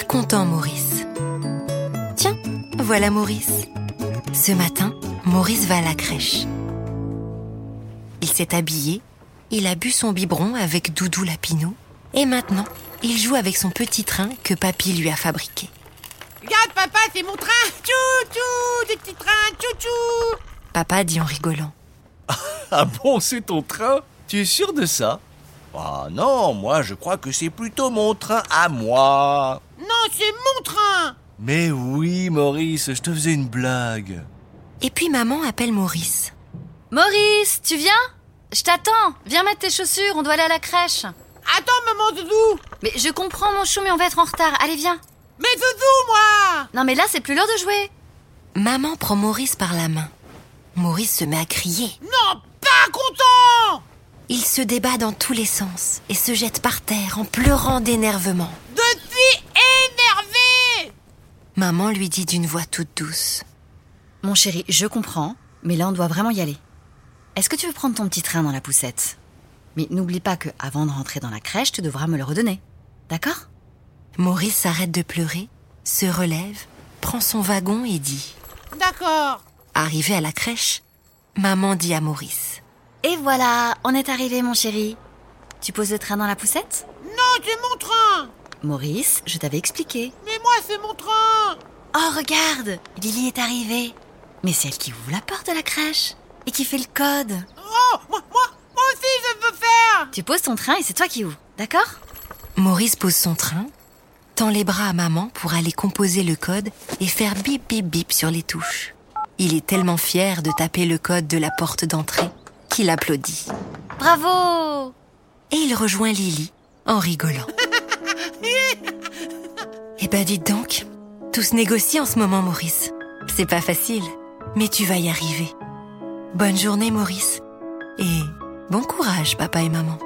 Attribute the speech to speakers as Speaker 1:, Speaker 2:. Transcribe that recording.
Speaker 1: important, Maurice. Tiens, voilà Maurice. Ce matin, Maurice va à la crèche. Il s'est habillé, il a bu son biberon avec Doudou Lapineau, et maintenant, il joue avec son petit train que papy lui a fabriqué.
Speaker 2: Regarde, papa, c'est mon train Tchou-tchou Des petits trains Tchou-tchou
Speaker 1: Papa dit en rigolant.
Speaker 3: Ah bon, c'est ton train Tu es sûr de ça Ah non, moi je crois que c'est plutôt mon train à moi.
Speaker 2: Non, c'est mon train
Speaker 3: Mais oui, Maurice, je te faisais une blague.
Speaker 1: Et puis maman appelle Maurice.
Speaker 4: Maurice, tu viens Je t'attends. Viens mettre tes chaussures, on doit aller à la crèche.
Speaker 2: Attends, maman Zouzou
Speaker 4: Mais je comprends mon chou, mais on va être en retard. Allez, viens.
Speaker 2: Mais Zouzou, moi
Speaker 4: Non, mais là, c'est plus l'heure de jouer.
Speaker 1: Maman prend Maurice par la main. Maurice se met à crier.
Speaker 2: Non, pas content
Speaker 1: Il se débat dans tous les sens et se jette par terre en pleurant d'énervement.
Speaker 2: Je suis énervé
Speaker 1: Maman lui dit d'une voix toute douce.
Speaker 4: Mon chéri, je comprends, mais là, on doit vraiment y aller. Est-ce que tu veux prendre ton petit train dans la poussette Mais n'oublie pas que, avant de rentrer dans la crèche, tu devras me le redonner. D'accord
Speaker 1: Maurice s'arrête de pleurer, se relève, prend son wagon et dit.
Speaker 2: D'accord.
Speaker 1: Arrivé à la crèche, maman dit à Maurice.
Speaker 4: Et voilà, on est arrivé, mon chéri. Tu poses le train dans la poussette
Speaker 2: Non, c'est mon train
Speaker 4: Maurice, je t'avais expliqué.
Speaker 2: Mais moi, c'est mon train
Speaker 4: Oh, regarde Lily est arrivée. Mais c'est elle qui ouvre la porte de la crèche et qui fait le code.
Speaker 2: Oh, moi, moi, moi aussi, je veux faire
Speaker 4: Tu poses ton train et c'est toi qui ouvres, d'accord
Speaker 1: Maurice pose son train, tend les bras à maman pour aller composer le code et faire bip bip bip sur les touches. Il est tellement fier de taper le code de la porte d'entrée qu'il applaudit.
Speaker 4: Bravo
Speaker 1: Et il rejoint Lily en rigolant. Eh ben dites donc, tout se négocie en ce moment Maurice. C'est pas facile, mais tu vas y arriver. Bonne journée Maurice. Et bon courage papa et maman.